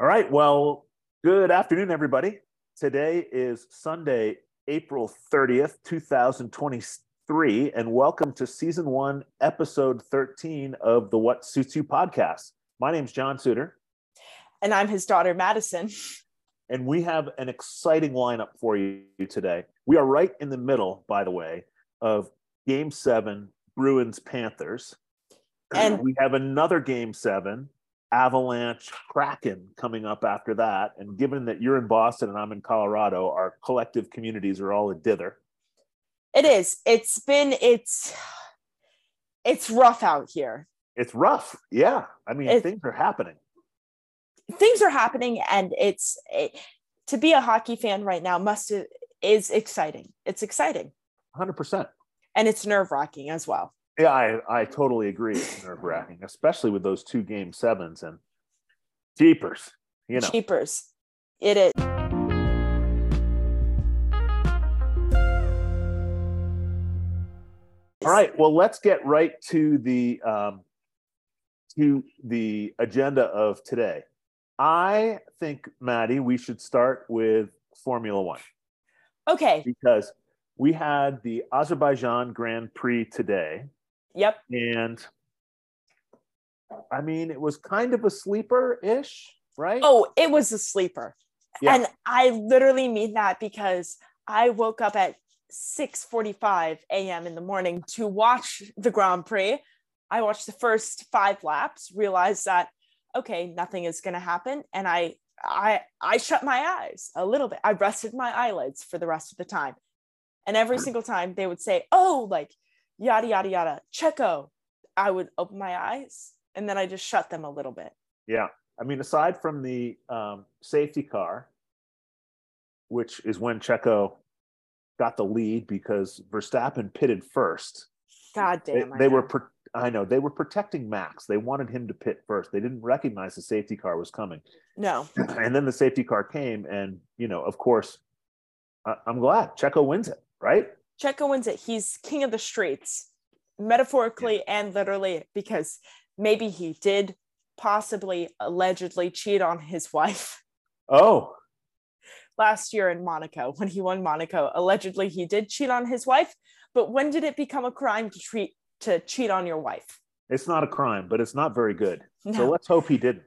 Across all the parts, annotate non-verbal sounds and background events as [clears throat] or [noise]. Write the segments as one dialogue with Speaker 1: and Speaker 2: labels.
Speaker 1: All right. Well, good afternoon, everybody. Today is Sunday, April 30th, 2023, and welcome to season one, episode 13 of the What Suits You podcast. My name's John Suter,
Speaker 2: And I'm his daughter, Madison.
Speaker 1: and we have an exciting lineup for you today. We are right in the middle, by the way, of game seven, Bruins Panthers. [clears throat]
Speaker 2: And-
Speaker 1: we have another game seven, Avalanche Kraken coming up after that. And given that you're in Boston and I'm in Colorado, our collective communities are all a dither.
Speaker 2: It is. It's been, it's, it's rough out here.
Speaker 1: It's rough. Yeah. I mean,
Speaker 2: It-
Speaker 1: things are happening.
Speaker 2: Things are happening and it's, it, to be a hockey fan right now must, is exciting. It's exciting
Speaker 1: 100%.
Speaker 2: and it's nerve wracking as well.
Speaker 1: Yeah, I, I totally agree. It's nerve wracking, especially with those two game sevens and jeepers, you know.
Speaker 2: Cheapers. It is.
Speaker 1: All right. Well, let's get right to the um, to the agenda of today. I think, Maddie, we should start with Formula One
Speaker 2: Okay.
Speaker 1: because we had the Azerbaijan Grand Prix today,
Speaker 2: Yep.
Speaker 1: and I mean, it was kind of a sleeper ish, right?
Speaker 2: Oh, it was a sleeper.
Speaker 1: Yeah.
Speaker 2: And I literally mean that because I woke up at 6:45 a.m. in the morning to watch the Grand Prix. I watched the first 5 laps, realized that okay, nothing is going to happen and I I I shut my eyes a little bit. I rested my eyelids for the rest of the time. And
Speaker 1: Mm.
Speaker 2: every single time they would say, "Oh, like yada yada yada, Checo." I would open my eyes and then I just shut them a little bit.
Speaker 1: Yeah. I mean, aside from the um, safety car, which is when Checo got the lead because Verstappen pitted first.
Speaker 2: God
Speaker 1: They,
Speaker 2: damn. I
Speaker 1: they were,
Speaker 2: know.
Speaker 1: pro- I know, they were protecting Max. They wanted him to pit first. They didn't recognize the safety car was coming.
Speaker 2: No.
Speaker 1: And then the safety car came. And, you know, of course, I- I'm glad Checo wins it, right?
Speaker 2: Checo wins it. He's king of the streets, metaphorically and literally, because maybe he did possibly allegedly cheat on his wife [laughs]
Speaker 1: Oh,
Speaker 2: last year in Monaco when he won Monaco. Allegedly, he did cheat on his wife. But when did it become a crime to treat to cheat on your wife?
Speaker 1: it's not a crime, but it's not very good. So
Speaker 2: No,
Speaker 1: let's hope he didn't.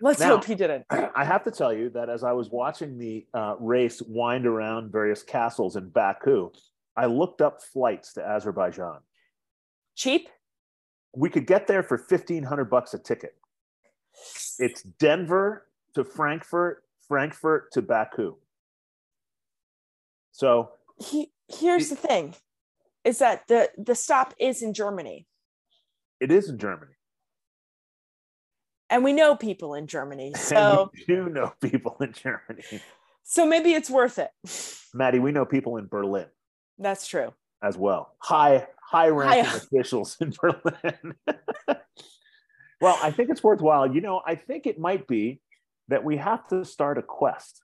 Speaker 2: let's
Speaker 1: now-
Speaker 2: hope he didn't.
Speaker 1: I have to tell you that as I was watching the uh, race wind around various castles in Baku, I looked up flights to Azerbaijan.
Speaker 2: Cheap?
Speaker 1: We could get there for fifteen hundred bucks a ticket. It's Denver to Frankfurt, Frankfurt to Baku. So
Speaker 2: He, here's the thing is that the, the stop is in Germany.
Speaker 1: it is in Germany.
Speaker 2: And we know people in Germany.
Speaker 1: [laughs] And
Speaker 2: So
Speaker 1: we do know people in Germany,
Speaker 2: so maybe it's worth it. [laughs]
Speaker 1: Maddie. We know people in Berlin
Speaker 2: That's true.
Speaker 1: as well. High high ranking
Speaker 2: High-
Speaker 1: officials in [laughs] Berlin. well, I think it's worthwhile. You know, I think it might be that we have to start a quest.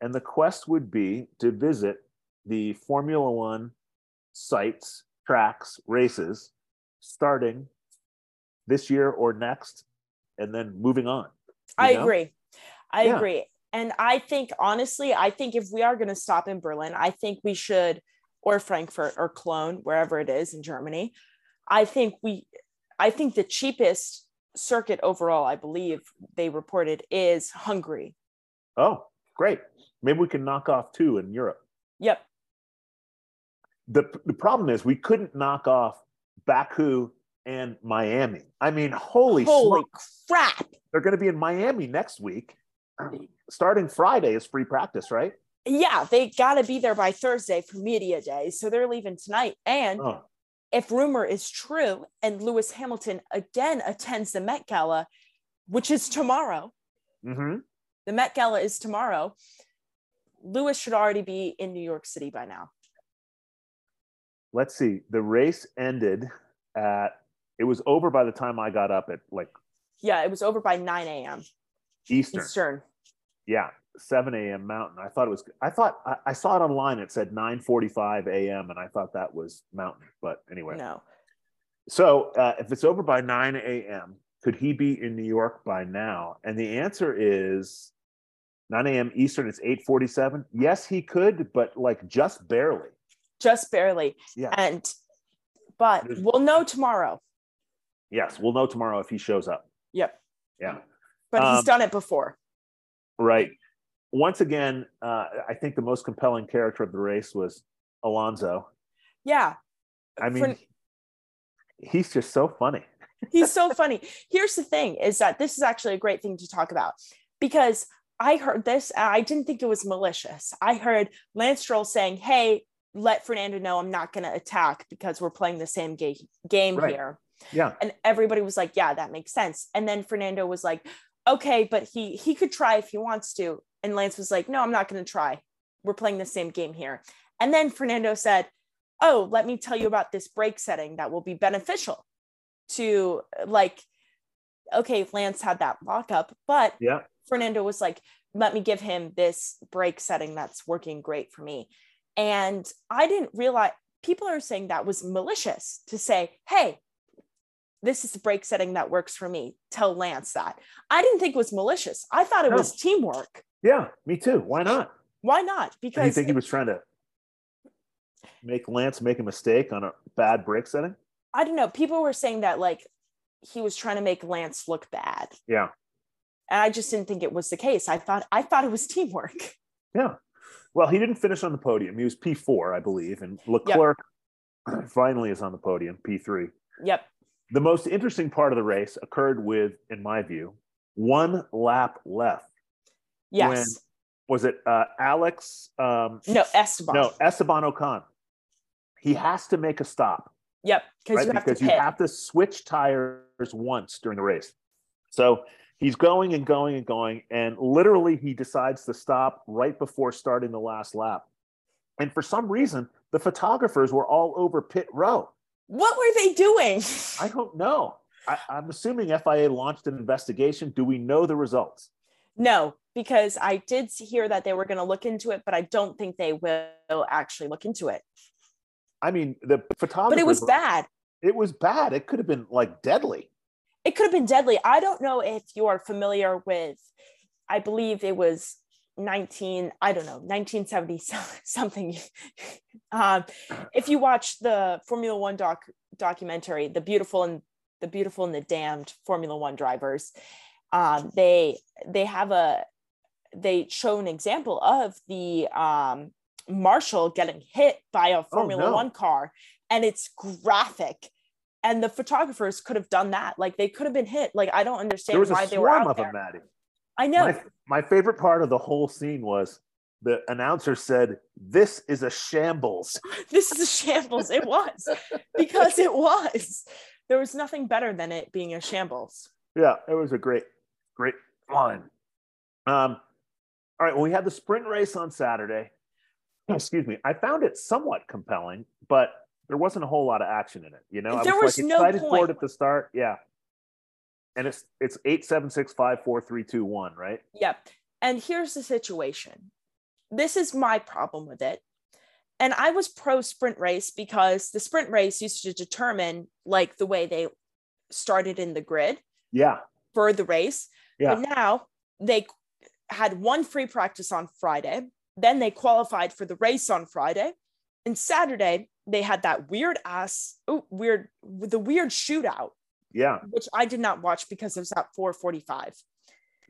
Speaker 1: And the quest would be to visit the Formula 1 sites, tracks, races starting this year or next and then moving on. you
Speaker 2: I
Speaker 1: know?
Speaker 2: agree. I
Speaker 1: Yeah.
Speaker 2: agree. And I think honestly, I think if we are going to stop in Berlin, I think we should or Frankfurt or Cologne, wherever it is in Germany. I think we I think the cheapest circuit overall, I believe they reported is Hungary.
Speaker 1: Oh, great. Maybe we can knock off two in Europe.
Speaker 2: Yep.
Speaker 1: the the problem is we couldn't knock off Baku and Miami. I mean, holy,
Speaker 2: Holy
Speaker 1: smoke,
Speaker 2: crap.
Speaker 1: they're going to be in Miami next week. [clears throat] Starting Friday is free practice, right?
Speaker 2: Yeah, they got to be there by Thursday for media day. So they're leaving tonight and
Speaker 1: Oh,
Speaker 2: if rumor is true and Lewis Hamilton again attends the Met Gala, which is tomorrow,
Speaker 1: hmm
Speaker 2: the Met Gala is tomorrow. Lewis should already be in New York City by now.
Speaker 1: Let's see. The race ended at it was over by the time I got up at like
Speaker 2: Yeah, it was over by 9 a.m.
Speaker 1: Eastern.
Speaker 2: Eastern.
Speaker 1: Yeah, 7 a.m. Mountain. I thought it was. I thought I, I saw it online. It said 9:45 a.m. and I thought that was Mountain. But anyway,
Speaker 2: No.
Speaker 1: So uh, if it's over by 9 a.m., could he be in New York by now? And the answer is 9 a.m. Eastern. It's 8:47. Yes, he could, but like just barely.
Speaker 2: just barely.
Speaker 1: Yeah.
Speaker 2: And but
Speaker 1: There's-
Speaker 2: we'll know tomorrow.
Speaker 1: Yes, we'll know tomorrow if he shows up.
Speaker 2: Yep.
Speaker 1: Yeah.
Speaker 2: But
Speaker 1: Um,
Speaker 2: he's done it before.
Speaker 1: Right. Once again, uh, I think the most compelling character of the race was Alonzo.
Speaker 2: Yeah.
Speaker 1: I mean,
Speaker 2: For-
Speaker 1: he's just so funny.
Speaker 2: He's so funny. [laughs] Here's the thing is that this is actually a great thing to talk about because I heard this. and I didn't think it was malicious. I heard Lance Stroll saying, Hey, let Fernando know I'm not going to attack because we're playing the same ga- game
Speaker 1: Right.
Speaker 2: here.
Speaker 1: Yeah.
Speaker 2: And everybody was like, Yeah, that makes sense. And then Fernando was like, Okay, but he he could try if he wants to. And Lance was like, No, I'm not going to try. We're playing the same game here. And then Fernando said, Oh, let me tell you about this break setting that will be beneficial to like, okay, Lance had that lockup, but
Speaker 1: Yeah.
Speaker 2: Fernando was like, let me give him this break setting that's working great for me. And I didn't realize people are saying that was malicious to say, hey, this is the break setting that works for me. Tell Lance that. I didn't think it was malicious. I thought it
Speaker 1: No.
Speaker 2: was teamwork.
Speaker 1: Yeah. Me too. Why not?
Speaker 2: Why
Speaker 1: And
Speaker 2: not?
Speaker 1: you
Speaker 2: Because
Speaker 1: think he was trying to make Lance make a mistake on a bad break setting?
Speaker 2: I don't know. People were saying that like he was trying to make Lance look bad.
Speaker 1: Yeah.
Speaker 2: And I just didn't think it was the case. I thought I thought it was teamwork. [laughs]
Speaker 1: Well, he didn't finish on the podium. He was P4, I believe. And Leclerc [clears throat] finally is on the podium, P3.
Speaker 2: Yep.
Speaker 1: The most interesting part of the race occurred with, in my view, one lap left.
Speaker 2: Yes.
Speaker 1: Was it uh, Alex? Um,
Speaker 2: no, Esteban.
Speaker 1: no, Esteban Ocon. He has to make a stop.
Speaker 2: Yep. Because
Speaker 1: right?
Speaker 2: you have
Speaker 1: because
Speaker 2: to
Speaker 1: you
Speaker 2: pit.
Speaker 1: have to switch tires once during the race. So he's going and going and going, and literally he decides to stop right before starting the last lap. And for some reason, the photographers were all over pit row.
Speaker 2: what were they doing? [laughs]
Speaker 1: I don't know. I, I'm assuming FIA launched an investigation. Do we know the results?
Speaker 2: no, because I did s- hear that they were going to look into it, but I don't think they will actually look into it.
Speaker 1: I mean, the photographers.
Speaker 2: But it was
Speaker 1: were-
Speaker 2: bad.
Speaker 1: It was bad. It could have been like deadly.
Speaker 2: It could have been deadly. I don't know if you are familiar with, I believe it was 19, I don't know, 1970 so- [laughs] something. um, if you watch the Formula One doc documentary, The Beautiful and the Beautiful and the Damned Formula One drivers, um, they they have a they show an example of the um, Marshall getting hit by a Formula
Speaker 1: no.
Speaker 2: One car, and it's graphic. And the photographers could have done that. Like they could have been hit. Like I don't understand
Speaker 1: There was
Speaker 2: why
Speaker 1: a
Speaker 2: they were
Speaker 1: swarm
Speaker 2: out
Speaker 1: of
Speaker 2: there.
Speaker 1: them, Maddie.
Speaker 2: I know.
Speaker 1: My, my favorite part of the whole scene was the announcer said, This is a shambles.
Speaker 2: [laughs]
Speaker 1: [laughs]
Speaker 2: this is a shambles. It was because it was. There was nothing better than it being a shambles.
Speaker 1: Yeah, it was a great, great line. Um, all right, well, we had the sprint race on Saturday. [clears throat] Excuse me. I found it somewhat compelling, but there wasn't a whole lot of action in it. You know, I
Speaker 2: There was
Speaker 1: like
Speaker 2: no
Speaker 1: excited for
Speaker 2: point.
Speaker 1: it at the start. Yeah. And it's it's eight seven six five four three two one, right?
Speaker 2: Yep. And here's the situation. This is my problem with it. And I was pro sprint race because the sprint race used to determine like the way they started in the grid
Speaker 1: Yeah.
Speaker 2: for the race.
Speaker 1: Yeah.
Speaker 2: But now they had one free practice on Friday. Then they qualified for the race on Friday. And Saturday, they had that weird ass, oh, weird, the weird shootout
Speaker 1: Yeah.
Speaker 2: which I did not watch because it was at 4:45.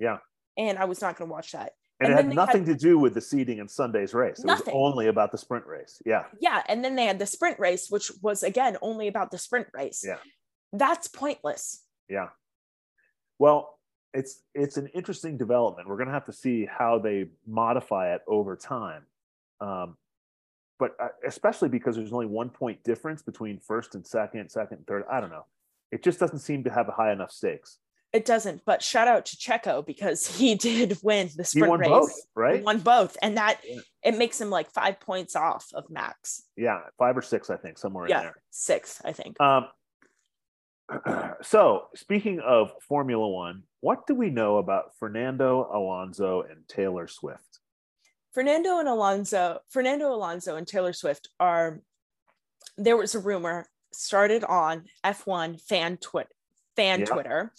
Speaker 1: Yeah.
Speaker 2: And I was not going to watch that.
Speaker 1: And,
Speaker 2: And
Speaker 1: it
Speaker 2: then
Speaker 1: had
Speaker 2: they had-
Speaker 1: nothing to do with the seeding in Sunday's race. It
Speaker 2: Nothing.
Speaker 1: was only about the sprint race. Yeah.
Speaker 2: Yeah, and then they had the sprint race which was again only about the sprint race.
Speaker 1: Yeah.
Speaker 2: That's pointless.
Speaker 1: Well, it's it's an interesting development. We're going to have to see how they modify it over time, um, but uh, especially because there's only one point difference between first and second, second and third. I don't know. It just doesn't seem to have high enough stakes.
Speaker 2: It doesn't. But shout out to Checo because [laughs] he did win the
Speaker 1: He
Speaker 2: sprint
Speaker 1: won
Speaker 2: race.
Speaker 1: both,
Speaker 2: He
Speaker 1: right?
Speaker 2: won both and that
Speaker 1: Yeah.
Speaker 2: it makes him like 5 points off of Max.
Speaker 1: Yeah, five or six, I think, somewhere in
Speaker 2: yeah.
Speaker 1: there.
Speaker 2: 6th, I think.
Speaker 1: Um, [clears throat] so, speaking of Formula One, what do we know about Fernando Alonso and Taylor Swift?
Speaker 2: Fernando and Alonso, Fernando Alonso and Taylor Swift are there was a rumor started on F1 fan twit fan
Speaker 1: Yeah.
Speaker 2: Twitter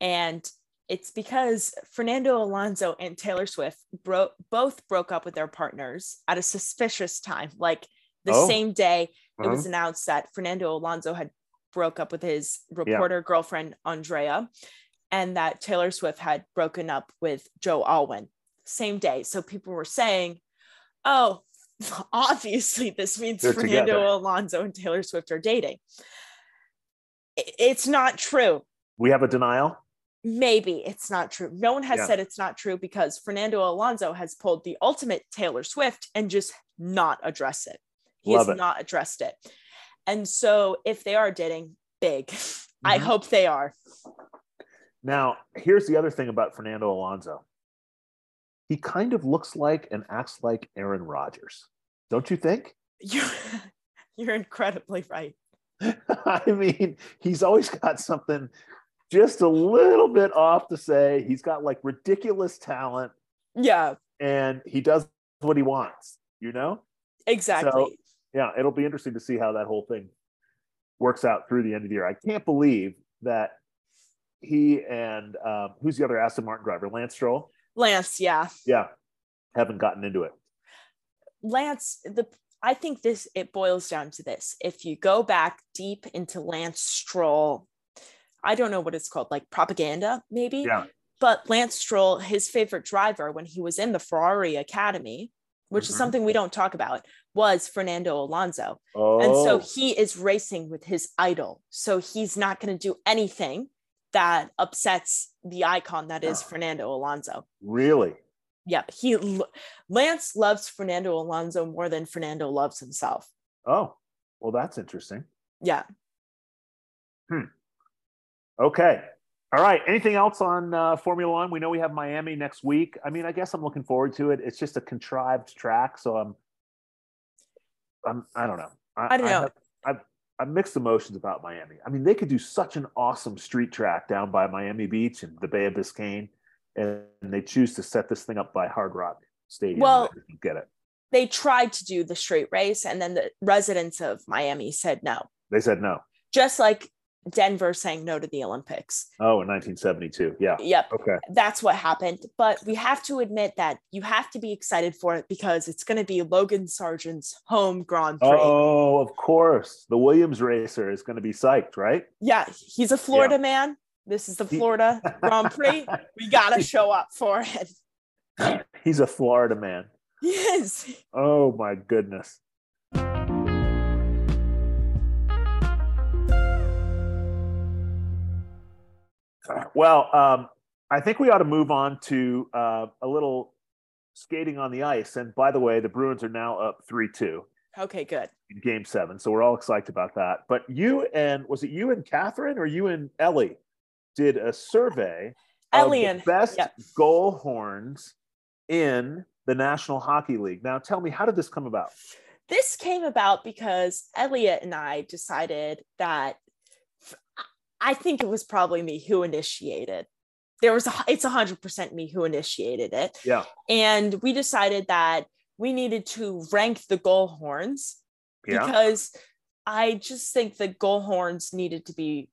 Speaker 2: And it's because Fernando Alonso and Taylor Swift bro- both broke up with their partners at a suspicious time. Like the
Speaker 1: Oh.
Speaker 2: same day it
Speaker 1: Uh-huh.
Speaker 2: was announced that Fernando Alonso had broke up with his reporter girlfriend Andrea and that Taylor Swift had broken up with Joe Alwyn same day. So people were saying, "Oh, [laughs] obviously this means
Speaker 1: They're
Speaker 2: Fernando
Speaker 1: together.
Speaker 2: Alonso and Taylor Swift are dating." I- It's not true
Speaker 1: We have a denial.
Speaker 2: maybe it's not true. No one has
Speaker 1: Yeah.
Speaker 2: said it's not true because Fernando Alonso has pulled the ultimate Taylor Swift and just not address it. He
Speaker 1: Love
Speaker 2: has
Speaker 1: it.
Speaker 2: not addressed it. And so if they are dating, big. [laughs] I
Speaker 1: Mhm.
Speaker 2: hope they are. [laughs]
Speaker 1: Now, here's the other thing about Fernando Alonso. He kind of looks like and acts like Aaron Rodgers, don't you think? [laughs]
Speaker 2: You [laughs] you're incredibly right.
Speaker 1: I mean, he's always got something just a little bit off to say. He's got like ridiculous talent
Speaker 2: Yeah,
Speaker 1: and he does what he wants, you know?
Speaker 2: exactly.
Speaker 1: Yeah, it'll be interesting to see how that whole thing works out through the end of the year. I can't believe that he and um, who's the other Aston Martin driver? Lance Stroll?
Speaker 2: Lance, yeah.
Speaker 1: Yeah, haven't gotten into it.
Speaker 2: Lance, the I think this it boils down to this. If you go back deep into Lance Stroll, I don't know what it's called, like propaganda, maybe.
Speaker 1: Yeah.
Speaker 2: But Lance Stroll, his favorite driver when he was in the Ferrari Academy, which is
Speaker 1: Mhm.
Speaker 2: something we don't talk about, was Fernando Alonso.
Speaker 1: Oh,
Speaker 2: And so he is racing with his idol. So he's not going to do anything that upsets the icon that is Fernando Alonso.
Speaker 1: really?
Speaker 2: Yeah, he l- Lance loves Fernando Alonso more than Fernando loves himself.
Speaker 1: Oh, well, that's interesting.
Speaker 2: Yeah.
Speaker 1: Okay. All right. Anything else on uh, Formula One? We know we have Miami next week. I mean, I guess I'm looking forward to it. It's just a contrived track, so I'm, I'm, I don't know.
Speaker 2: I don't know.
Speaker 1: have- I've, I've mixed emotions about Miami. I mean, they could do such an awesome street track down by Miami Beach and the Bay of Biscayne, and they choose to set this thing up by Hard Rock Stadium.
Speaker 2: Well-
Speaker 1: I don't get it.
Speaker 2: They tried to do the straight race and then the residents of Miami said no.
Speaker 1: They said no.
Speaker 2: Just like Denver saying no to the Olympics.
Speaker 1: Oh, in 1972. Yeah.
Speaker 2: Yep,
Speaker 1: Okay.
Speaker 2: that's what happened. But we have to admit that you have to be excited for it because it's going to be Logan Sargent's home Grand Prix.
Speaker 1: Oh, of course. The Williams racer is going to be psyched, right?
Speaker 2: Yeah, he's a Florida man. This is the
Speaker 1: He-
Speaker 2: Florida
Speaker 1: [laughs]
Speaker 2: Grand Prix. We got to show up for [laughs] it.
Speaker 1: He's a Florida man.
Speaker 2: Yes.
Speaker 1: Oh, my goodness. Well, um, I think we ought to move on to uh, a little skating on the ice. And by the way, the Bruins are now up 3 2
Speaker 2: Okay, good.
Speaker 1: in game seven. So we're all excited about that. But you and was it you and Catherine or you and Ellie did a survey of
Speaker 2: Ellie
Speaker 1: the
Speaker 2: and-
Speaker 1: best
Speaker 2: yep.
Speaker 1: goal horns in the National Hockey League. Now tell me, how did this come about?
Speaker 2: this came about because Elliot and I decided that I think it was probably me who initiated. There was a, it's hundred percent me who initiated it.
Speaker 1: Yeah.
Speaker 2: And we decided that we needed to rank the goal horns because I just think the goal horns needed to be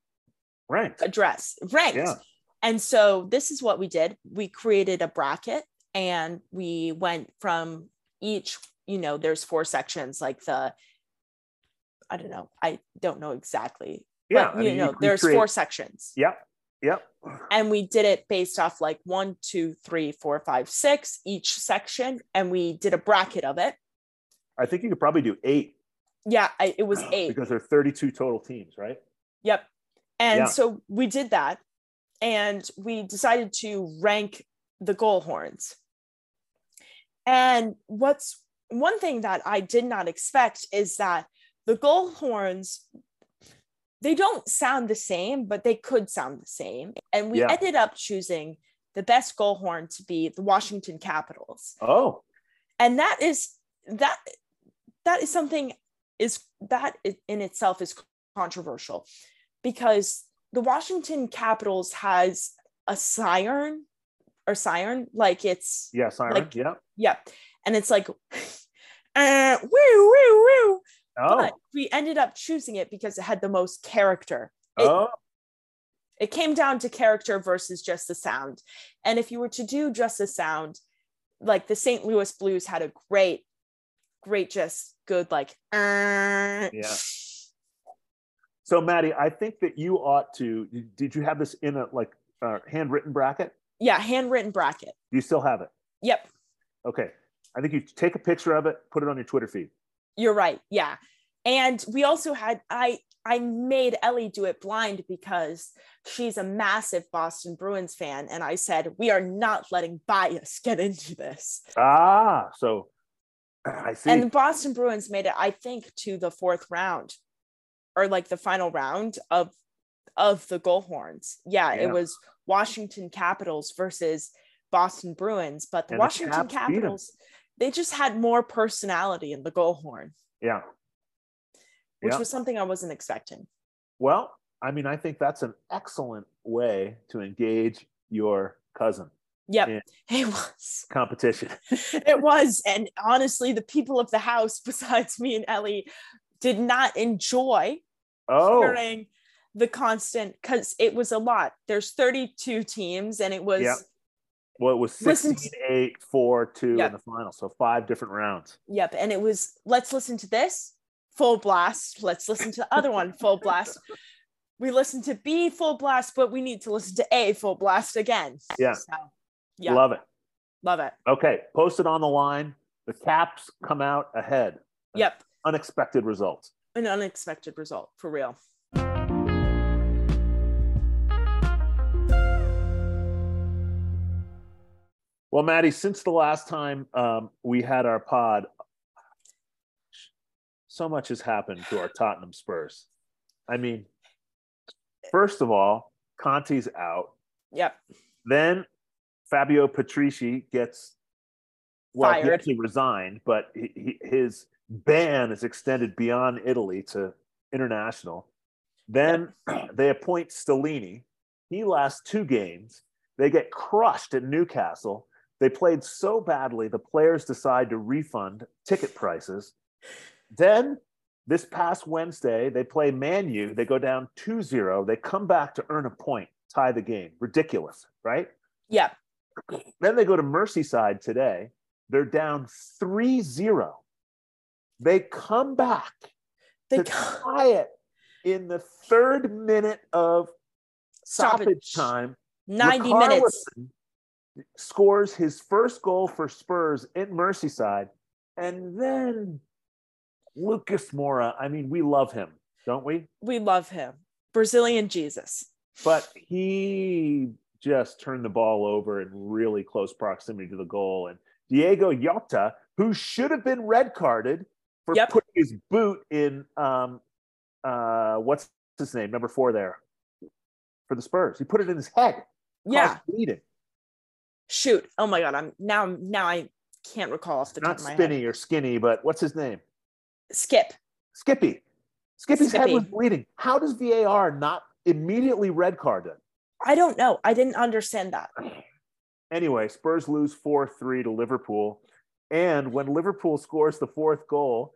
Speaker 1: right.
Speaker 2: addressed, ranked.
Speaker 1: Yeah.
Speaker 2: And so this is what we did. We created a bracket and we went from each, you know, there's four sections like the I don't know. I don't know exactly.
Speaker 1: Yeah.
Speaker 2: but,
Speaker 1: I
Speaker 2: you
Speaker 1: mean,
Speaker 2: know,
Speaker 1: we
Speaker 2: there's
Speaker 1: create-
Speaker 2: four sections.
Speaker 1: Yep. Yep.
Speaker 2: And we did it based off like one, two, three, four, five, six, each section. And we did a bracket of it.
Speaker 1: I think you could probably do eight.
Speaker 2: Yeah, I,
Speaker 1: [gasps]
Speaker 2: it was eight.
Speaker 1: because there are 32 total teams, right?
Speaker 2: Yep. And
Speaker 1: Yeah.
Speaker 2: so we did that and we decided to rank the goal horns. And what's one thing that I did not expect is that the goal horns they don't sound the same, but they could sound the same. And we
Speaker 1: Yeah.
Speaker 2: ended up choosing the best goal horn to be the Washington Capitals
Speaker 1: Oh,
Speaker 2: and that is that that is something is that i- in itself is controversial because the Washington Capitals has a siren or siren like it's
Speaker 1: yeah, Siren.
Speaker 2: Like-
Speaker 1: yep.
Speaker 2: yeah and it's like [laughs] uh, woo woo woo
Speaker 1: Oh,
Speaker 2: but we ended up choosing it because it had the most character it-
Speaker 1: oh,
Speaker 2: It came down to character versus just the sound. And if you were to do just the sound, like the St. Louis Blues had a great, great, just good, like, uh,
Speaker 1: Yeah. So, Maddie, I think that you ought to. Did you have this in a like uh, handwritten bracket?
Speaker 2: yeah, handwritten bracket.
Speaker 1: Do you still have it?
Speaker 2: Yep,
Speaker 1: Okay. I think you take a picture of it, put it on your Twitter feed.
Speaker 2: you're right. Yeah. And we also had, I, I made Ellie do it blind because she's a massive Boston Bruins fan. And I said, we are not letting bias get into this.
Speaker 1: Ah, so I see.
Speaker 2: And the Boston Bruins made it, I think, to the fourth round or like the final round of of the goal horns. Yeah,
Speaker 1: Yeah.
Speaker 2: it was Washington Capitals versus Boston Bruins, but the
Speaker 1: And the
Speaker 2: Washington
Speaker 1: Caps beat 'em.
Speaker 2: Capitals they just had more personality in the goal horn,
Speaker 1: yeah.
Speaker 2: which
Speaker 1: Yeah.
Speaker 2: was something I wasn't expecting.
Speaker 1: Well, I mean, I think that's an excellent way to engage your cousin
Speaker 2: Yep.
Speaker 1: Yeah.
Speaker 2: [laughs] It was.
Speaker 1: competition. [laughs]
Speaker 2: It was and honestly the people of the house [laughs] besides me and Ellie did not enjoy
Speaker 1: Oh,
Speaker 2: hearing the constant because it was a lot. There's 32 teams, and it was
Speaker 1: Yeah. well, it was
Speaker 2: Listen to-
Speaker 1: 16, 8, 4, 2
Speaker 2: Yeah.
Speaker 1: in the final. So five different rounds.
Speaker 2: yep, and it was let's listen to this full blast. Let's listen to the other one full blast. We listened to B full blast, but we need to listen to A full blast again.
Speaker 1: Yeah.
Speaker 2: So, yeah, love,
Speaker 1: Love it.
Speaker 2: it.
Speaker 1: Okay. Post it on the line. The caps come out ahead.
Speaker 2: Yep,
Speaker 1: Unexpected results.
Speaker 2: an unexpected result for real.
Speaker 1: Well, Maddie, since the last time um, we had our pod, so much has happened to our Tottenham Spurs. I mean, first of all, Conte's out.
Speaker 2: Yep,
Speaker 1: Then Fabio Patrici gets well, he
Speaker 2: Fired.
Speaker 1: actually resigned, but he, he, his ban is extended beyond Italy to international. Then they appoint Stellini. He lasts two games. They get crushed at Newcastle. They played so badly, the players decide to refund ticket prices. Then this past Wednesday, they play Man U. They go down 2 0. They come back to earn a point, tie the game. Ridiculous, right?
Speaker 2: yep.
Speaker 1: Then they go to Merseyside today. They're down 3 0. They come back
Speaker 2: They
Speaker 1: to tie it in the third minute of stoppage
Speaker 2: stoppage
Speaker 1: time.
Speaker 2: 90
Speaker 1: Riccarlison
Speaker 2: minutes.
Speaker 1: Scores his first goal for Spurs in Merseyside. And then Lucas Mora, I mean, we love him, don't we?
Speaker 2: We love him, Brazilian Jesus.
Speaker 1: But he just turned the ball over in really close proximity to the goal. And Diego Yota, who should have been red carded for
Speaker 2: Yep.
Speaker 1: putting his boot in um, uh, what's his name, number four there for the Spurs. He put it in his head.
Speaker 2: Yeah.
Speaker 1: Caused bleeding.
Speaker 2: shoot oh my god i'm now now i can't recall off the top
Speaker 1: Not
Speaker 2: of my head
Speaker 1: spinny or skinny, but what's his name?
Speaker 2: skip
Speaker 1: Skippy. Skippy's head
Speaker 2: Skippy.
Speaker 1: was bleeding. How does VAR not immediately red card it?
Speaker 2: i don't know i didn't understand that
Speaker 1: anyway, Spurs lose 4 3 to Liverpool. And when Liverpool scores the fourth goal,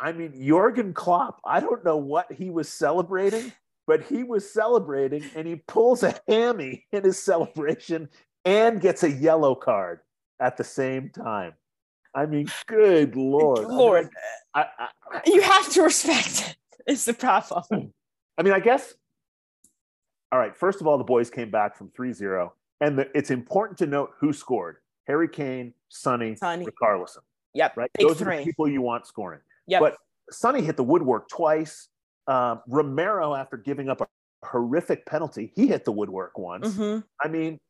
Speaker 1: I mean, Jorgen Klopp, I don't know what he was celebrating, but he was celebrating and he pulls a hammy in his celebration and gets a yellow card at the same time. I mean, good Lord. I mean,
Speaker 2: lord
Speaker 1: I, I,
Speaker 2: you have to respect it is the problem
Speaker 1: I mean, I guess. All right. First of all, the boys came back from 3 0. And the, it's important to note who scored Harry Kane, Sonny,
Speaker 2: Sonny.
Speaker 1: Carlison,
Speaker 2: yep
Speaker 1: right?
Speaker 2: Big
Speaker 1: Those are the
Speaker 2: three.
Speaker 1: people you want scoring.
Speaker 2: yep
Speaker 1: But- Sonny hit the woodwork twice. Um, Romero, after giving up a horrific penalty, he hit the woodwork once.
Speaker 2: Mhm.
Speaker 1: I mean,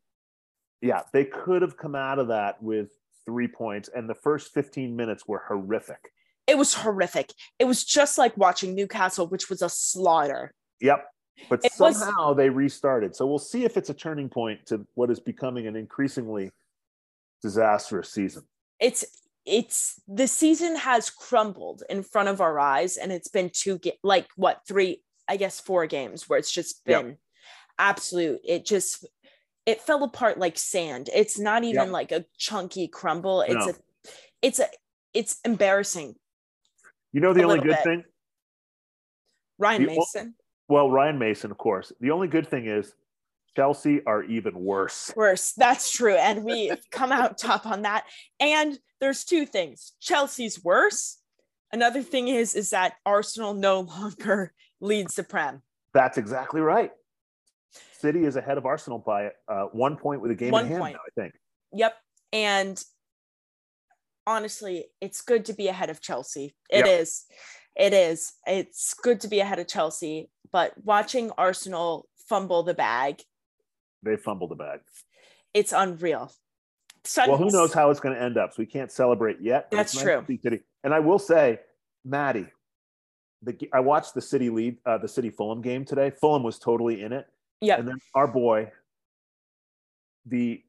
Speaker 1: yeah, they could have come out of that with three points. And the first 15 minutes were horrific.
Speaker 2: it was horrific it was just like watching newcastle which was a slaughter
Speaker 1: Yep. But
Speaker 2: It was-
Speaker 1: somehow they restarted. So we'll see if it's a turning point to what is becoming an increasingly disastrous season.
Speaker 2: it's it's the season has crumbled in front of our eyes and it's been two ga- like what three i guess four games where it's just
Speaker 1: Yep.
Speaker 2: been absolute it just it fell apart like sand it's not even
Speaker 1: Yep.
Speaker 2: like a chunky crumble it's
Speaker 1: No.
Speaker 2: a it's a it's embarrassing
Speaker 1: You know, the
Speaker 2: A
Speaker 1: only
Speaker 2: little
Speaker 1: good
Speaker 2: bit.
Speaker 1: thing,
Speaker 2: ryan
Speaker 1: You-
Speaker 2: mason
Speaker 1: Well, Ryan Mason, of course. The only good thing is Chelsea are even worse.
Speaker 2: Worse. That's true. And we come out top on that. And there's two things. Chelsea's worse. Another thing is is that Arsenal no longer leads the Prem.
Speaker 1: That's exactly right. City is ahead of Arsenal by uh, one point with a game
Speaker 2: One
Speaker 1: in hand.
Speaker 2: point.
Speaker 1: Now, I think
Speaker 2: Yep. And honestly, it's good to be ahead of Chelsea. It
Speaker 1: Yep.
Speaker 2: is. It is. It's good to be ahead of Chelsea, but watching Arsenal fumble the bag,
Speaker 1: they fumbled the bag.
Speaker 2: it's unreal. Sudden-
Speaker 1: Well, who knows how it's going to end up? So we can't celebrate yet. but
Speaker 2: That's
Speaker 1: it's nice to
Speaker 2: true.
Speaker 1: see City. And I will say, Maddie, the, g- I watched the City lead, uh, the City Fulham game today. Fulham was totally in it,
Speaker 2: Yep.
Speaker 1: and then our boy, the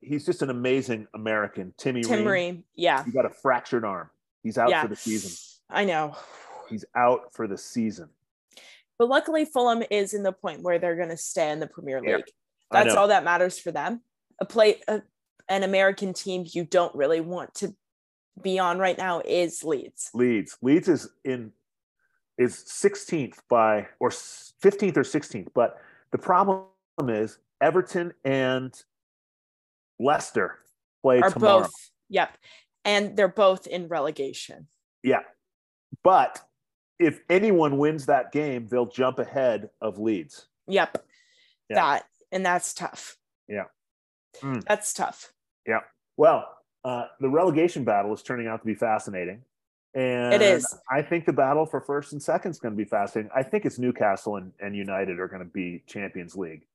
Speaker 1: he's just an amazing American, Timmy.
Speaker 2: Tim
Speaker 1: Ream.
Speaker 2: Ream. Yeah.
Speaker 1: He got a fractured arm. He's out
Speaker 2: Yeah.
Speaker 1: for the season.
Speaker 2: I know.
Speaker 1: He's out for the season.
Speaker 2: But luckily, Fulham is in the point where they're going to stay in the Premier
Speaker 1: Yeah,
Speaker 2: League.
Speaker 1: I
Speaker 2: That's
Speaker 1: know.
Speaker 2: all that matters for them. A play, a, an American team you don't really want to be on right now is Leeds.
Speaker 1: Leeds. Leeds is in is 16th by or s- 15th or 16th, but the problem is Everton and Leicester play
Speaker 2: Are
Speaker 1: tomorrow.
Speaker 2: both yep, and they're both in relegation.
Speaker 1: But if anyone wins that game, they'll jump ahead of Leeds.
Speaker 2: Yep,
Speaker 1: Yeah.
Speaker 2: that and that's tough.
Speaker 1: Yeah. Mm.
Speaker 2: that's tough.
Speaker 1: Well, uh, the relegation battle is turning out to be fascinating. And
Speaker 2: It is.
Speaker 1: I think the battle for first and second is going to be fascinating. I think it's Newcastle and, and United are going to be Champions League.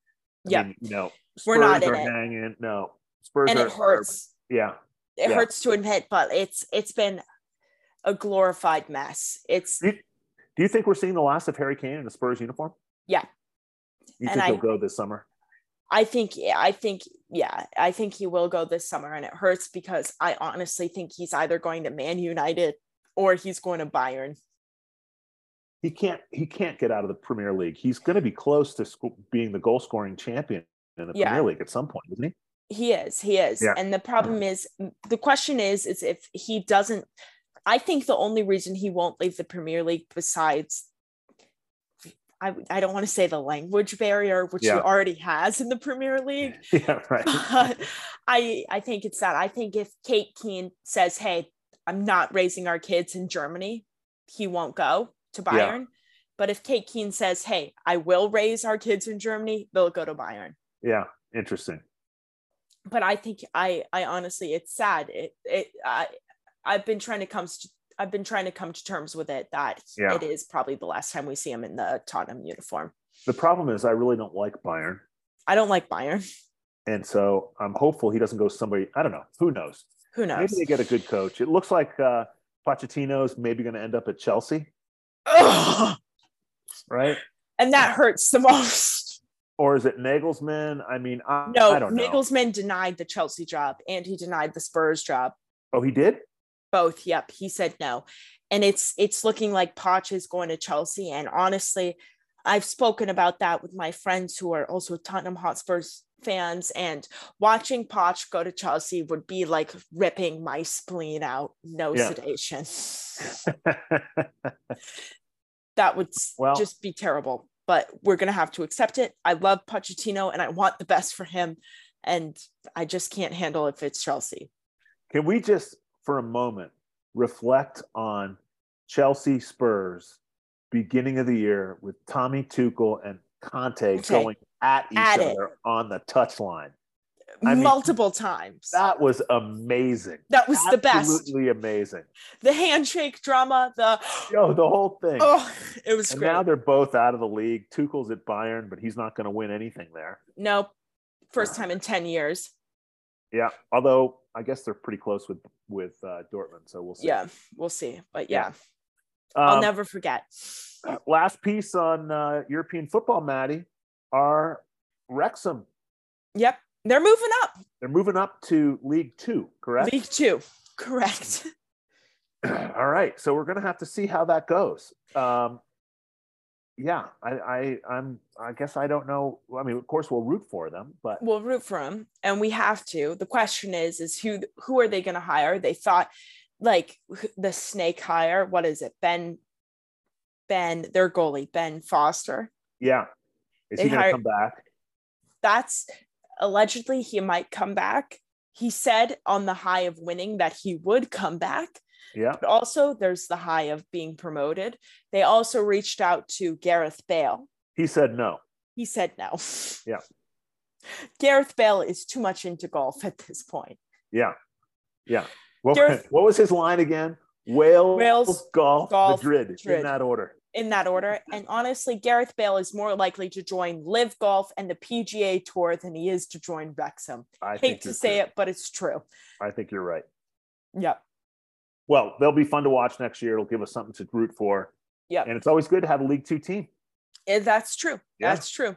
Speaker 1: I
Speaker 2: Yeah,
Speaker 1: mean, you know,
Speaker 2: We're not
Speaker 1: Spurs
Speaker 2: in
Speaker 1: are
Speaker 2: it.
Speaker 1: hanging. No, Spurs
Speaker 2: and
Speaker 1: are,
Speaker 2: it hurts.
Speaker 1: are- yeah,
Speaker 2: It
Speaker 1: yeah.
Speaker 2: hurts to admit, but it's it's been a glorified mess. It's
Speaker 1: do you think we're seeing the last of Harry Kane in a Spurs uniform?
Speaker 2: Yeah.
Speaker 1: You
Speaker 2: And
Speaker 1: think
Speaker 2: I-
Speaker 1: he'll go this summer?
Speaker 2: I think I think yeah, I think he will go this summer and it hurts because I honestly think he's either going to Man United or he's going to Bayern.
Speaker 1: He can't. He can't get out of the Premier League. He's going to be close to sco- being the goal scoring champion in the
Speaker 2: Yeah.
Speaker 1: Premier League at some point, isn't he?
Speaker 2: He is, he is.
Speaker 1: Yeah. Mm-hmm.
Speaker 2: And the problem is the question is is if he doesn't I think the only reason he won't leave the Premier League besides I, I don't want to say the language barrier, which he
Speaker 1: Yeah.
Speaker 2: already has in the Premier League.
Speaker 1: [laughs] Yeah,
Speaker 2: [sighs]
Speaker 1: right.
Speaker 2: But I I think it's that I think if Kate Keene says, "Hey, I'm not raising our kids in Germany," he won't go to
Speaker 1: Yeah.
Speaker 2: Bayern. But if Kate Keene says, "Hey, I will raise our kids in Germany," they'll go to Bayern.
Speaker 1: yeah, interesting.
Speaker 2: But I think I I honestly it's sad. It it I I've been trying to come st- I've been trying to come to terms with it that
Speaker 1: Yeah.
Speaker 2: it is probably the last time we see him in the Tottenham uniform.
Speaker 1: The problem is, I really don't like Bayern,
Speaker 2: I don't like Bayern.
Speaker 1: and so I'm hopeful he doesn't go somebody. I don't know. Who knows?
Speaker 2: Who knows?
Speaker 1: Maybe they get a good coach. It looks like uh, Pochettino's maybe going to end up at Chelsea,
Speaker 2: Ugh!
Speaker 1: right?
Speaker 2: And that hurts the [laughs] most.
Speaker 1: or is it Nagelsmann? I mean, I,
Speaker 2: No,
Speaker 1: I don't know.
Speaker 2: Nagelsmann denied the Chelsea job and he denied the Spurs job.
Speaker 1: oh, he did.
Speaker 2: Both, yep, he said no. And it's it's looking like Poch is going to Chelsea. And honestly, I've spoken about that with my friends who are also Tottenham Hotspurs fans. And watching Poch go to Chelsea would be like ripping my spleen out. No
Speaker 1: Yeah.
Speaker 2: sedation. That would s-
Speaker 1: Well-
Speaker 2: just be terrible. But we're gonna have to accept it. I love Pochettino and I want the best for him. And I just can't handle if it's Chelsea.
Speaker 1: [laughs] Can we just, for a moment, reflect on Chelsea Spurs beginning of the year with Tommy Tuchel and Conte
Speaker 2: Okay.
Speaker 1: going at each
Speaker 2: At it.
Speaker 1: other on the touchline? I mean,
Speaker 2: multiple times. That,
Speaker 1: That was amazing.
Speaker 2: was the best.
Speaker 1: Absolutely amazing.
Speaker 2: The handshake drama, the
Speaker 1: Yo, the whole thing.
Speaker 2: oh, it was
Speaker 1: and
Speaker 2: great.
Speaker 1: now they're both out of the league. Tuchel's at Bayern, but he's not going to win anything there.
Speaker 2: nope. First time in 10 years.
Speaker 1: Yeah, although I guess they're pretty close with with uh, Dortmund, so we'll see.
Speaker 2: Yeah, we'll see. But yeah,
Speaker 1: Yeah.
Speaker 2: I'll
Speaker 1: Um,
Speaker 2: never forget.
Speaker 1: last piece on uh, European football, Maddie, are Wrexham.
Speaker 2: Yep. They're moving up.
Speaker 1: They're moving up to League Two, correct?
Speaker 2: League two. Correct.
Speaker 1: [clears throat]
Speaker 2: [laughs]
Speaker 1: All right, so we're going to have to see how that goes. Um, yeah, I, I, I'm. I guess I don't know. I mean, of course, we'll root for them, but
Speaker 2: we'll root for them and we have to. The question is, is who who are they gonna hire? They thought like the snake hire, what is it? Ben Ben, their goalie, Ben Foster.
Speaker 1: Yeah. Is
Speaker 2: They
Speaker 1: he going to
Speaker 2: hired-
Speaker 1: come back?
Speaker 2: That's allegedly he might come back. He said on the high of winning that he would come back,
Speaker 1: Yeah.
Speaker 2: but also there's the high of being promoted. They also reached out to Gareth Bale.
Speaker 1: He said no.
Speaker 2: He said no. [laughs]
Speaker 1: Yeah.
Speaker 2: Gareth Bale is too much into golf at this point.
Speaker 1: Yeah. Yeah. What,
Speaker 2: Gareth-
Speaker 1: [laughs] what was his line again? Wales,
Speaker 2: Wales,
Speaker 1: golf,
Speaker 2: golf,
Speaker 1: Madrid, in
Speaker 2: Madrid.
Speaker 1: that order.
Speaker 2: in that order. And honestly, Gareth Bale is more likely to join Live Golf and the PGA Tour than he is to join Wrexham.
Speaker 1: I
Speaker 2: Hate to say it, but it's true.
Speaker 1: I think you're right.
Speaker 2: Yep.
Speaker 1: Well, they'll be fun to watch next year. It'll give us something to root for.
Speaker 2: Yeah.
Speaker 1: And it's always good to have a League Two team.
Speaker 2: Eh, That's true.
Speaker 1: Yeah.
Speaker 2: That's true.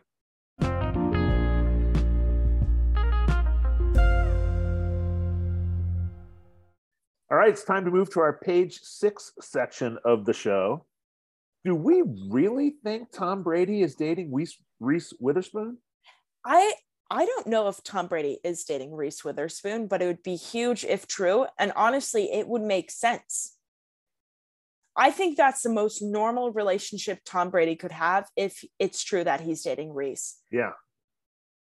Speaker 1: All right, it's time to move to our page six section of the show. Do we really think Tom Brady is dating Reese, Reese Witherspoon?
Speaker 2: I I don't know if Tom Brady is dating Reese Witherspoon, but it would be huge if true. And honestly, it would make sense. I think that's the most normal relationship Tom Brady could have if it's true that he's dating Reese.
Speaker 1: Yeah.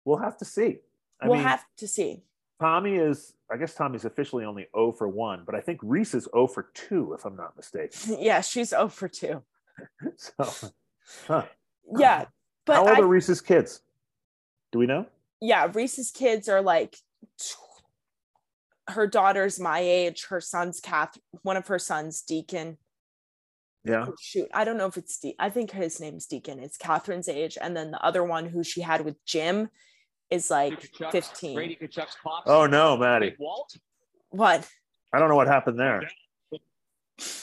Speaker 1: We'll have to see. I
Speaker 2: we'll
Speaker 1: mean,
Speaker 2: have to see. [laughs]
Speaker 1: Tommy is, I guess Tommy's officially only 0 for 1, but I think Reese is 0 for 2, if I'm not mistaken. [laughs]
Speaker 2: yeah, she's 0 for 2.
Speaker 1: So,
Speaker 2: Yeah. But
Speaker 1: Oh. how old
Speaker 2: I
Speaker 1: are Reese's kids? Do we know?
Speaker 2: yeah, Reese's kids are like t- her daughter's my age, her son's Kath, one of her sons, Deacon.
Speaker 1: Yeah.
Speaker 2: Oh, shoot, I don't know if it's De- I think his name's Deacon. It's Catherine's age, and then the other one who she had with Jim is like
Speaker 3: Kuchucks,
Speaker 2: 15.
Speaker 3: Brady Kuchucks pops.
Speaker 1: Oh, no,
Speaker 3: Big
Speaker 1: Maddie.
Speaker 3: Walt.
Speaker 2: what?
Speaker 1: I don't know what happened there.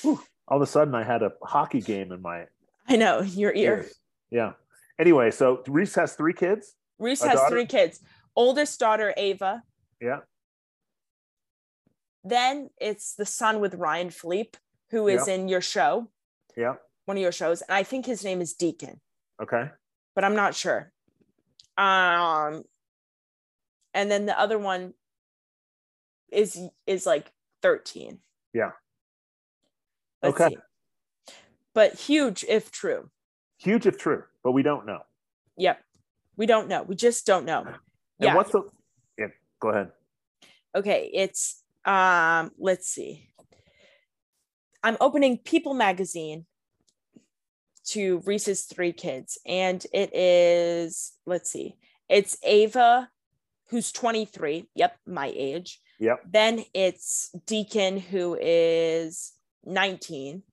Speaker 1: Whew. All of a sudden, I had a hockey game in my
Speaker 2: I know [laughs] your ear.
Speaker 1: ears. Yeah. Anyway, so Reese has three kids.
Speaker 2: Reese
Speaker 1: A
Speaker 2: has
Speaker 1: daughter?
Speaker 2: three kids. Oldest daughter Ava.
Speaker 1: Yeah.
Speaker 2: Then it's the son with Ryan Philippe, who is in your show,
Speaker 1: Yeah.
Speaker 2: one of your shows, and I think his name is Deacon.
Speaker 1: Okay.
Speaker 2: but I'm not sure. Um, and then the other one is is like 13.
Speaker 1: Yeah.
Speaker 2: Let's
Speaker 1: Okay.
Speaker 2: see. But huge if true.
Speaker 1: Huge if true, but we don't know.
Speaker 2: Yep. We don't know. We just don't know.
Speaker 1: And
Speaker 2: Yeah.
Speaker 1: what's the? Yeah. Go ahead.
Speaker 2: okay. It's um. Let's see. I'm opening People magazine to Reese's three kids, and it is let's see, it's Ava, who's 23. Yep, my age.
Speaker 1: Yep.
Speaker 2: Then it's Deacon, who is 19,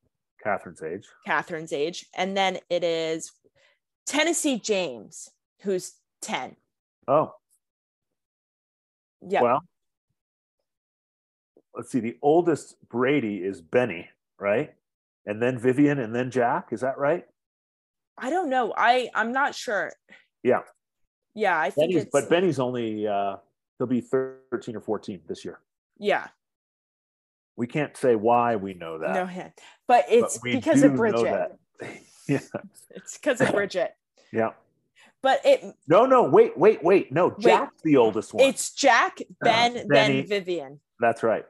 Speaker 1: Catherine's age.
Speaker 2: Catherine's age, and then it is Tennessee James, who's 10.
Speaker 1: Oh,
Speaker 2: Yep.
Speaker 1: well. Let's see. The oldest Brady is Benny, right? And then Vivian, and then Jack. Is that right?
Speaker 2: I don't know. I I'm not sure.
Speaker 1: Yeah.
Speaker 2: Yeah, I think
Speaker 1: Benny's,
Speaker 2: it's
Speaker 1: but Benny's only uh, he'll be thirteen or fourteen this year.
Speaker 2: yeah,
Speaker 1: We can't say why we know that.
Speaker 2: no hint. But it's
Speaker 1: we
Speaker 2: because of
Speaker 1: do know
Speaker 2: Bridget.
Speaker 1: that. [laughs] yeah,
Speaker 2: It's
Speaker 1: [laughs]
Speaker 2: because of Bridget.
Speaker 1: yeah.
Speaker 2: But it
Speaker 1: No, no. Wait, wait, wait. No, Jack's the oldest one.
Speaker 2: it's Jack, Ben,
Speaker 1: Uh, Benny.
Speaker 2: then Vivian.
Speaker 1: That's right.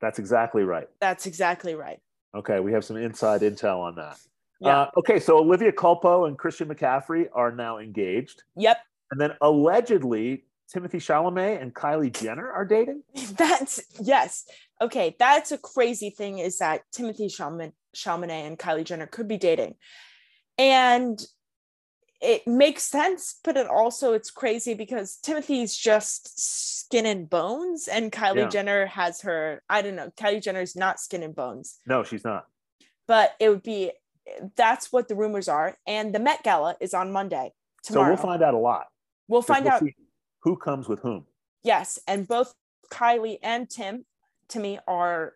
Speaker 1: That's exactly right.
Speaker 2: That's exactly right.
Speaker 1: Okay, we have some inside intel on that.
Speaker 2: Yeah.
Speaker 1: Uh, okay, so Olivia Culpo and Christian McCaffrey are now engaged,
Speaker 2: Yep. [laughs]
Speaker 1: and then allegedly Timothy Chalamet and Kylie Jenner are dating.
Speaker 2: That's yes. Okay, that's a crazy thing is that Timothy Chalamet, Chalamet and Kylie Jenner could be dating. And it makes sense, but it also it's crazy because Timothy's just skin and bones and Kylie
Speaker 1: Yeah.
Speaker 2: Jenner has her I don't know, Kylie Jenner's not skin and bones,
Speaker 1: No, she's not.
Speaker 2: but it would be that's what the rumors are and the Met Gala is on Monday. Tomorrow.
Speaker 1: So we'll find out a lot.
Speaker 2: we'll
Speaker 1: 'cause
Speaker 2: find
Speaker 1: we'll
Speaker 2: out
Speaker 1: see who comes with whom.
Speaker 2: Yes, and both Kylie and Tim, to me, are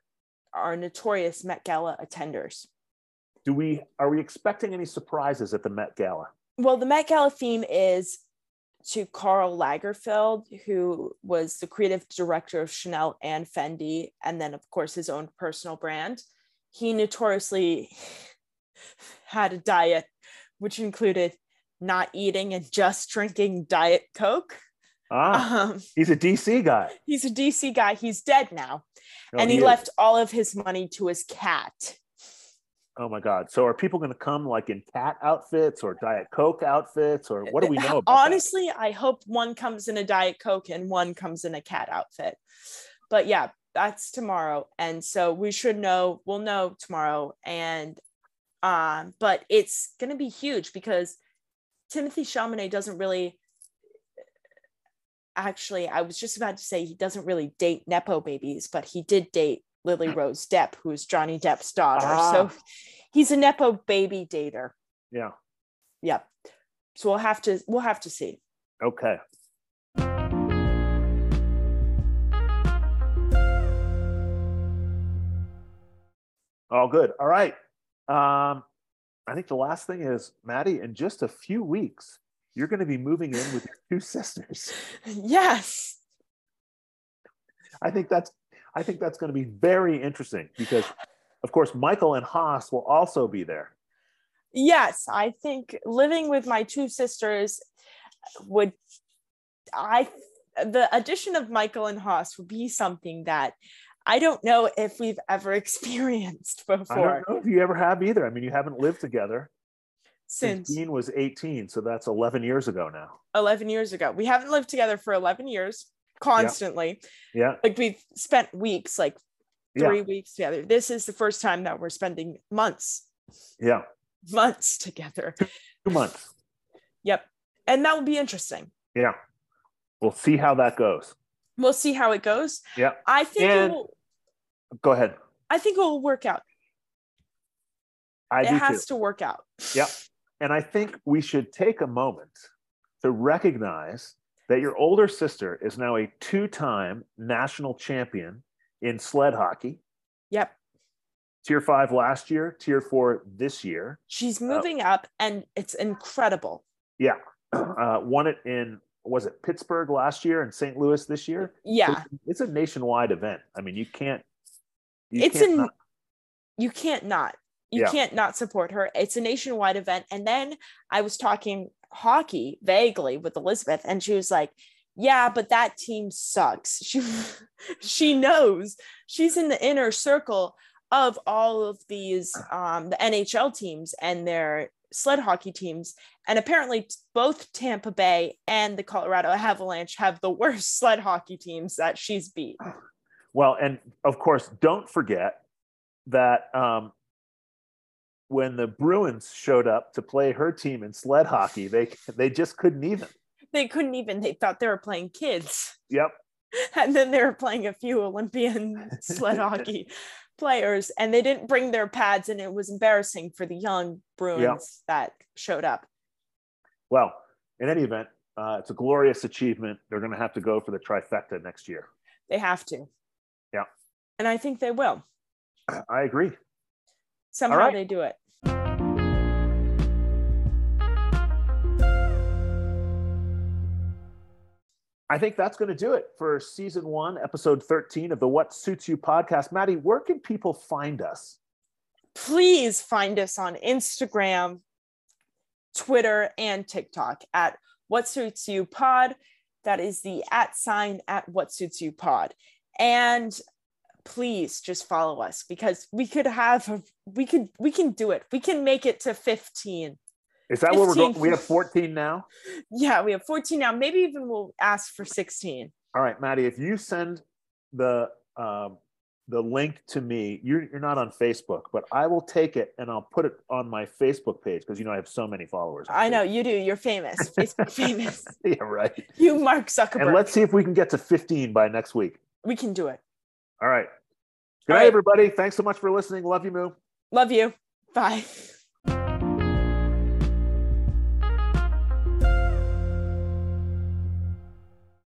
Speaker 2: are notorious Met Gala attenders.
Speaker 1: Do we are we expecting any surprises at the Met Gala?
Speaker 2: Well, the Met Gala theme is to Carl Lagerfeld, who was the creative director of Chanel and Fendi, and then of course his own personal brand. He notoriously [laughs] had a diet which included not eating and just drinking Diet Coke.
Speaker 1: Ah,
Speaker 2: Um,
Speaker 1: he's a DC guy,
Speaker 2: he's a DC guy. He's dead now.
Speaker 1: No,
Speaker 2: and he,
Speaker 1: Oh, is.
Speaker 2: left all of his money to his cat.
Speaker 1: Oh my God. So are people going to come like in cat outfits or Diet Coke outfits or what do we know about that?
Speaker 2: Honestly, I hope one comes in a Diet Coke and one comes in a cat outfit. But yeah, that's tomorrow. And so we should know, we'll know tomorrow. And um, but it's gonna be huge because Timothy Chalamet doesn't really actually I was just about to say he doesn't really date Nepo babies, but he did date Lily Rose Depp, who is Johnny Depp's daughter.
Speaker 1: Hmm. Ah.
Speaker 2: So he's a Nepo baby dater.
Speaker 1: Yeah.
Speaker 2: Yep. So we'll have to we'll have to see.
Speaker 1: Okay. All good. All right. Um, I think the last thing is, Maddie, in just a few weeks, you're going to be moving in with your two [laughs] sisters.
Speaker 2: Yes.
Speaker 1: I think that's I think that's going to be very interesting because, of course, Michael and Haas will also be there.
Speaker 2: Yes, I think living with my two sisters would I the addition of Michael and Haas would be something that I don't know if we've ever [laughs] experienced
Speaker 1: I don't
Speaker 2: before
Speaker 1: know if you ever have either. I mean, you haven't lived together since
Speaker 2: since
Speaker 1: Dean was 18, so that's 11 years ago now.
Speaker 2: 11 years ago. We haven't lived together for 11 years constantly.
Speaker 1: Yeah,
Speaker 2: Like we've spent weeks, like
Speaker 1: yeah,
Speaker 2: three weeks together. This is the first time that we're spending months,
Speaker 1: yeah.
Speaker 2: months together.
Speaker 1: Two months.
Speaker 2: Yep. And that will be interesting.
Speaker 1: Yeah, we'll see how that goes.
Speaker 2: We'll see how it goes.
Speaker 1: Yeah.
Speaker 2: I think it
Speaker 1: And-
Speaker 2: will,
Speaker 1: Go ahead.
Speaker 2: I think it will work out.
Speaker 1: I
Speaker 2: it
Speaker 1: do too.
Speaker 2: has to work out.
Speaker 1: Yep. And I think we should take a moment to recognize that your older sister is now a two time national champion in sled hockey,
Speaker 2: Yep.
Speaker 1: tier five last year, tier four this year. [clears throat]
Speaker 2: She's moving up and it's incredible.
Speaker 1: Uh, won it in, was it Pittsburgh last year and St. Louis this year?
Speaker 2: Yeah.
Speaker 1: It's a nationwide event. I mean, you can't. You
Speaker 2: It's
Speaker 1: can't
Speaker 2: an-
Speaker 1: not-
Speaker 2: You can't not. You
Speaker 1: Yeah.
Speaker 2: can't not support her. It's a nationwide event. And then I was talking hockey vaguely with Elizabeth and she was like, "Yeah, but that team sucks." [laughs] She she knows. She's in the inner circle of all of these um the NHL teams and their sled hockey teams and apparently t- both Tampa Bay and the Colorado Avalanche have the worst [laughs] sled hockey teams that she's beat.
Speaker 1: Well, and of course, don't forget that um, when the Bruins showed up to play her team in sled hockey, they they just couldn't even.
Speaker 2: they couldn't even they thought they were playing kids
Speaker 1: Yep,
Speaker 2: [laughs] and then they were playing a few
Speaker 1: [laughs]
Speaker 2: olympian sled hockey players and they didn't bring their pads and it was embarrassing for the young bruins that showed up
Speaker 1: Well, in any event, uh, it's a glorious achievement. They're going to have to go for the trifecta next year.
Speaker 2: they have to
Speaker 1: Yeah.
Speaker 2: and i think they will
Speaker 1: I agree.
Speaker 2: somehow
Speaker 1: right.
Speaker 2: they do it
Speaker 1: I think that's going to do it for season one, episode 13 of the What Suits You podcast. Maddie, where can people find us?
Speaker 2: please find us on instagram twitter and tiktok at what suits you pod that is the at sign at what suits you pod and please just follow us because we could have a, we could we can do it we can make it to 15
Speaker 1: Is that where we're going?
Speaker 2: 15.
Speaker 1: We have 14 now.
Speaker 2: yeah we have 14 now maybe even we'll ask for 16
Speaker 1: All right, Maddie, if you send the um, the link to me, you're, you're not on Facebook, but I will take it and I'll put it on my Facebook page because you know I have so many followers. on
Speaker 2: i know you do you're famous
Speaker 1: [laughs]
Speaker 2: facebook famous
Speaker 1: Facebook. [laughs] yeah, right.
Speaker 2: you mark
Speaker 1: And
Speaker 2: zuckerberg
Speaker 1: let's see if we can get to 15 by next week.
Speaker 2: we can do it
Speaker 1: All right. Good
Speaker 2: All
Speaker 1: night,
Speaker 2: right.
Speaker 1: everybody. Thanks so much for listening. Love you, Moo.
Speaker 2: love you bye